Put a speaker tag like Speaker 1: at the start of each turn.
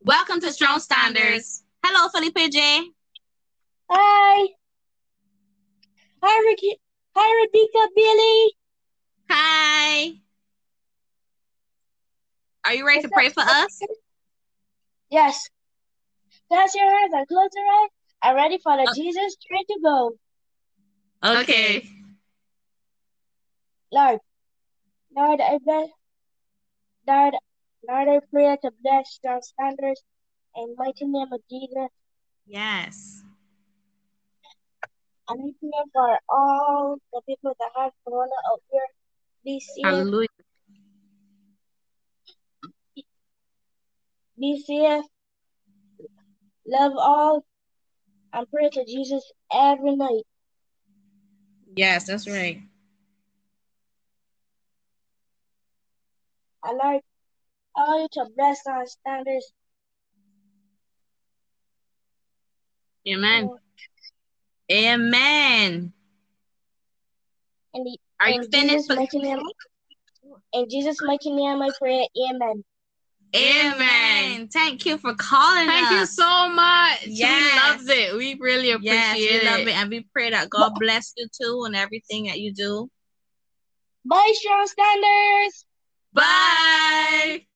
Speaker 1: Welcome to Strong Standards. Hello, Felipe J.
Speaker 2: Hi. Hi, Ricky. Hi, Rebecca Billy.
Speaker 1: Hi. Are you ready to pray for us?
Speaker 2: Yes. Clasp your hands and close your eyes. I'm ready for the
Speaker 1: Uh,
Speaker 2: Jesus train to go.
Speaker 1: Okay.
Speaker 2: Lord, Lord, I bless, Lord, Lord, I pray to bless strong standards and mighty name of Jesus.
Speaker 1: Yes.
Speaker 2: And I pray for all the people that have corona out here. Be safe,
Speaker 1: Hallelujah.
Speaker 2: be safe, love all, and pray to Jesus every night.
Speaker 1: Yes, that's right.
Speaker 2: And Lord, all you to bless strong standards.
Speaker 1: Amen. Amen.
Speaker 2: In, the,
Speaker 1: Are you
Speaker 2: in
Speaker 1: finished?
Speaker 2: Jesus' mighty name, in Jesus' mighty name, I pray. Amen.
Speaker 1: Amen. Thank you for calling
Speaker 3: Thank you
Speaker 1: us.
Speaker 3: so much.
Speaker 1: Yes.
Speaker 3: We loved it. We really appreciate
Speaker 1: yes, we
Speaker 3: it.
Speaker 1: love it. And we pray that God bless you too and everything that you do.
Speaker 2: Bye, strong standards.
Speaker 1: Bye.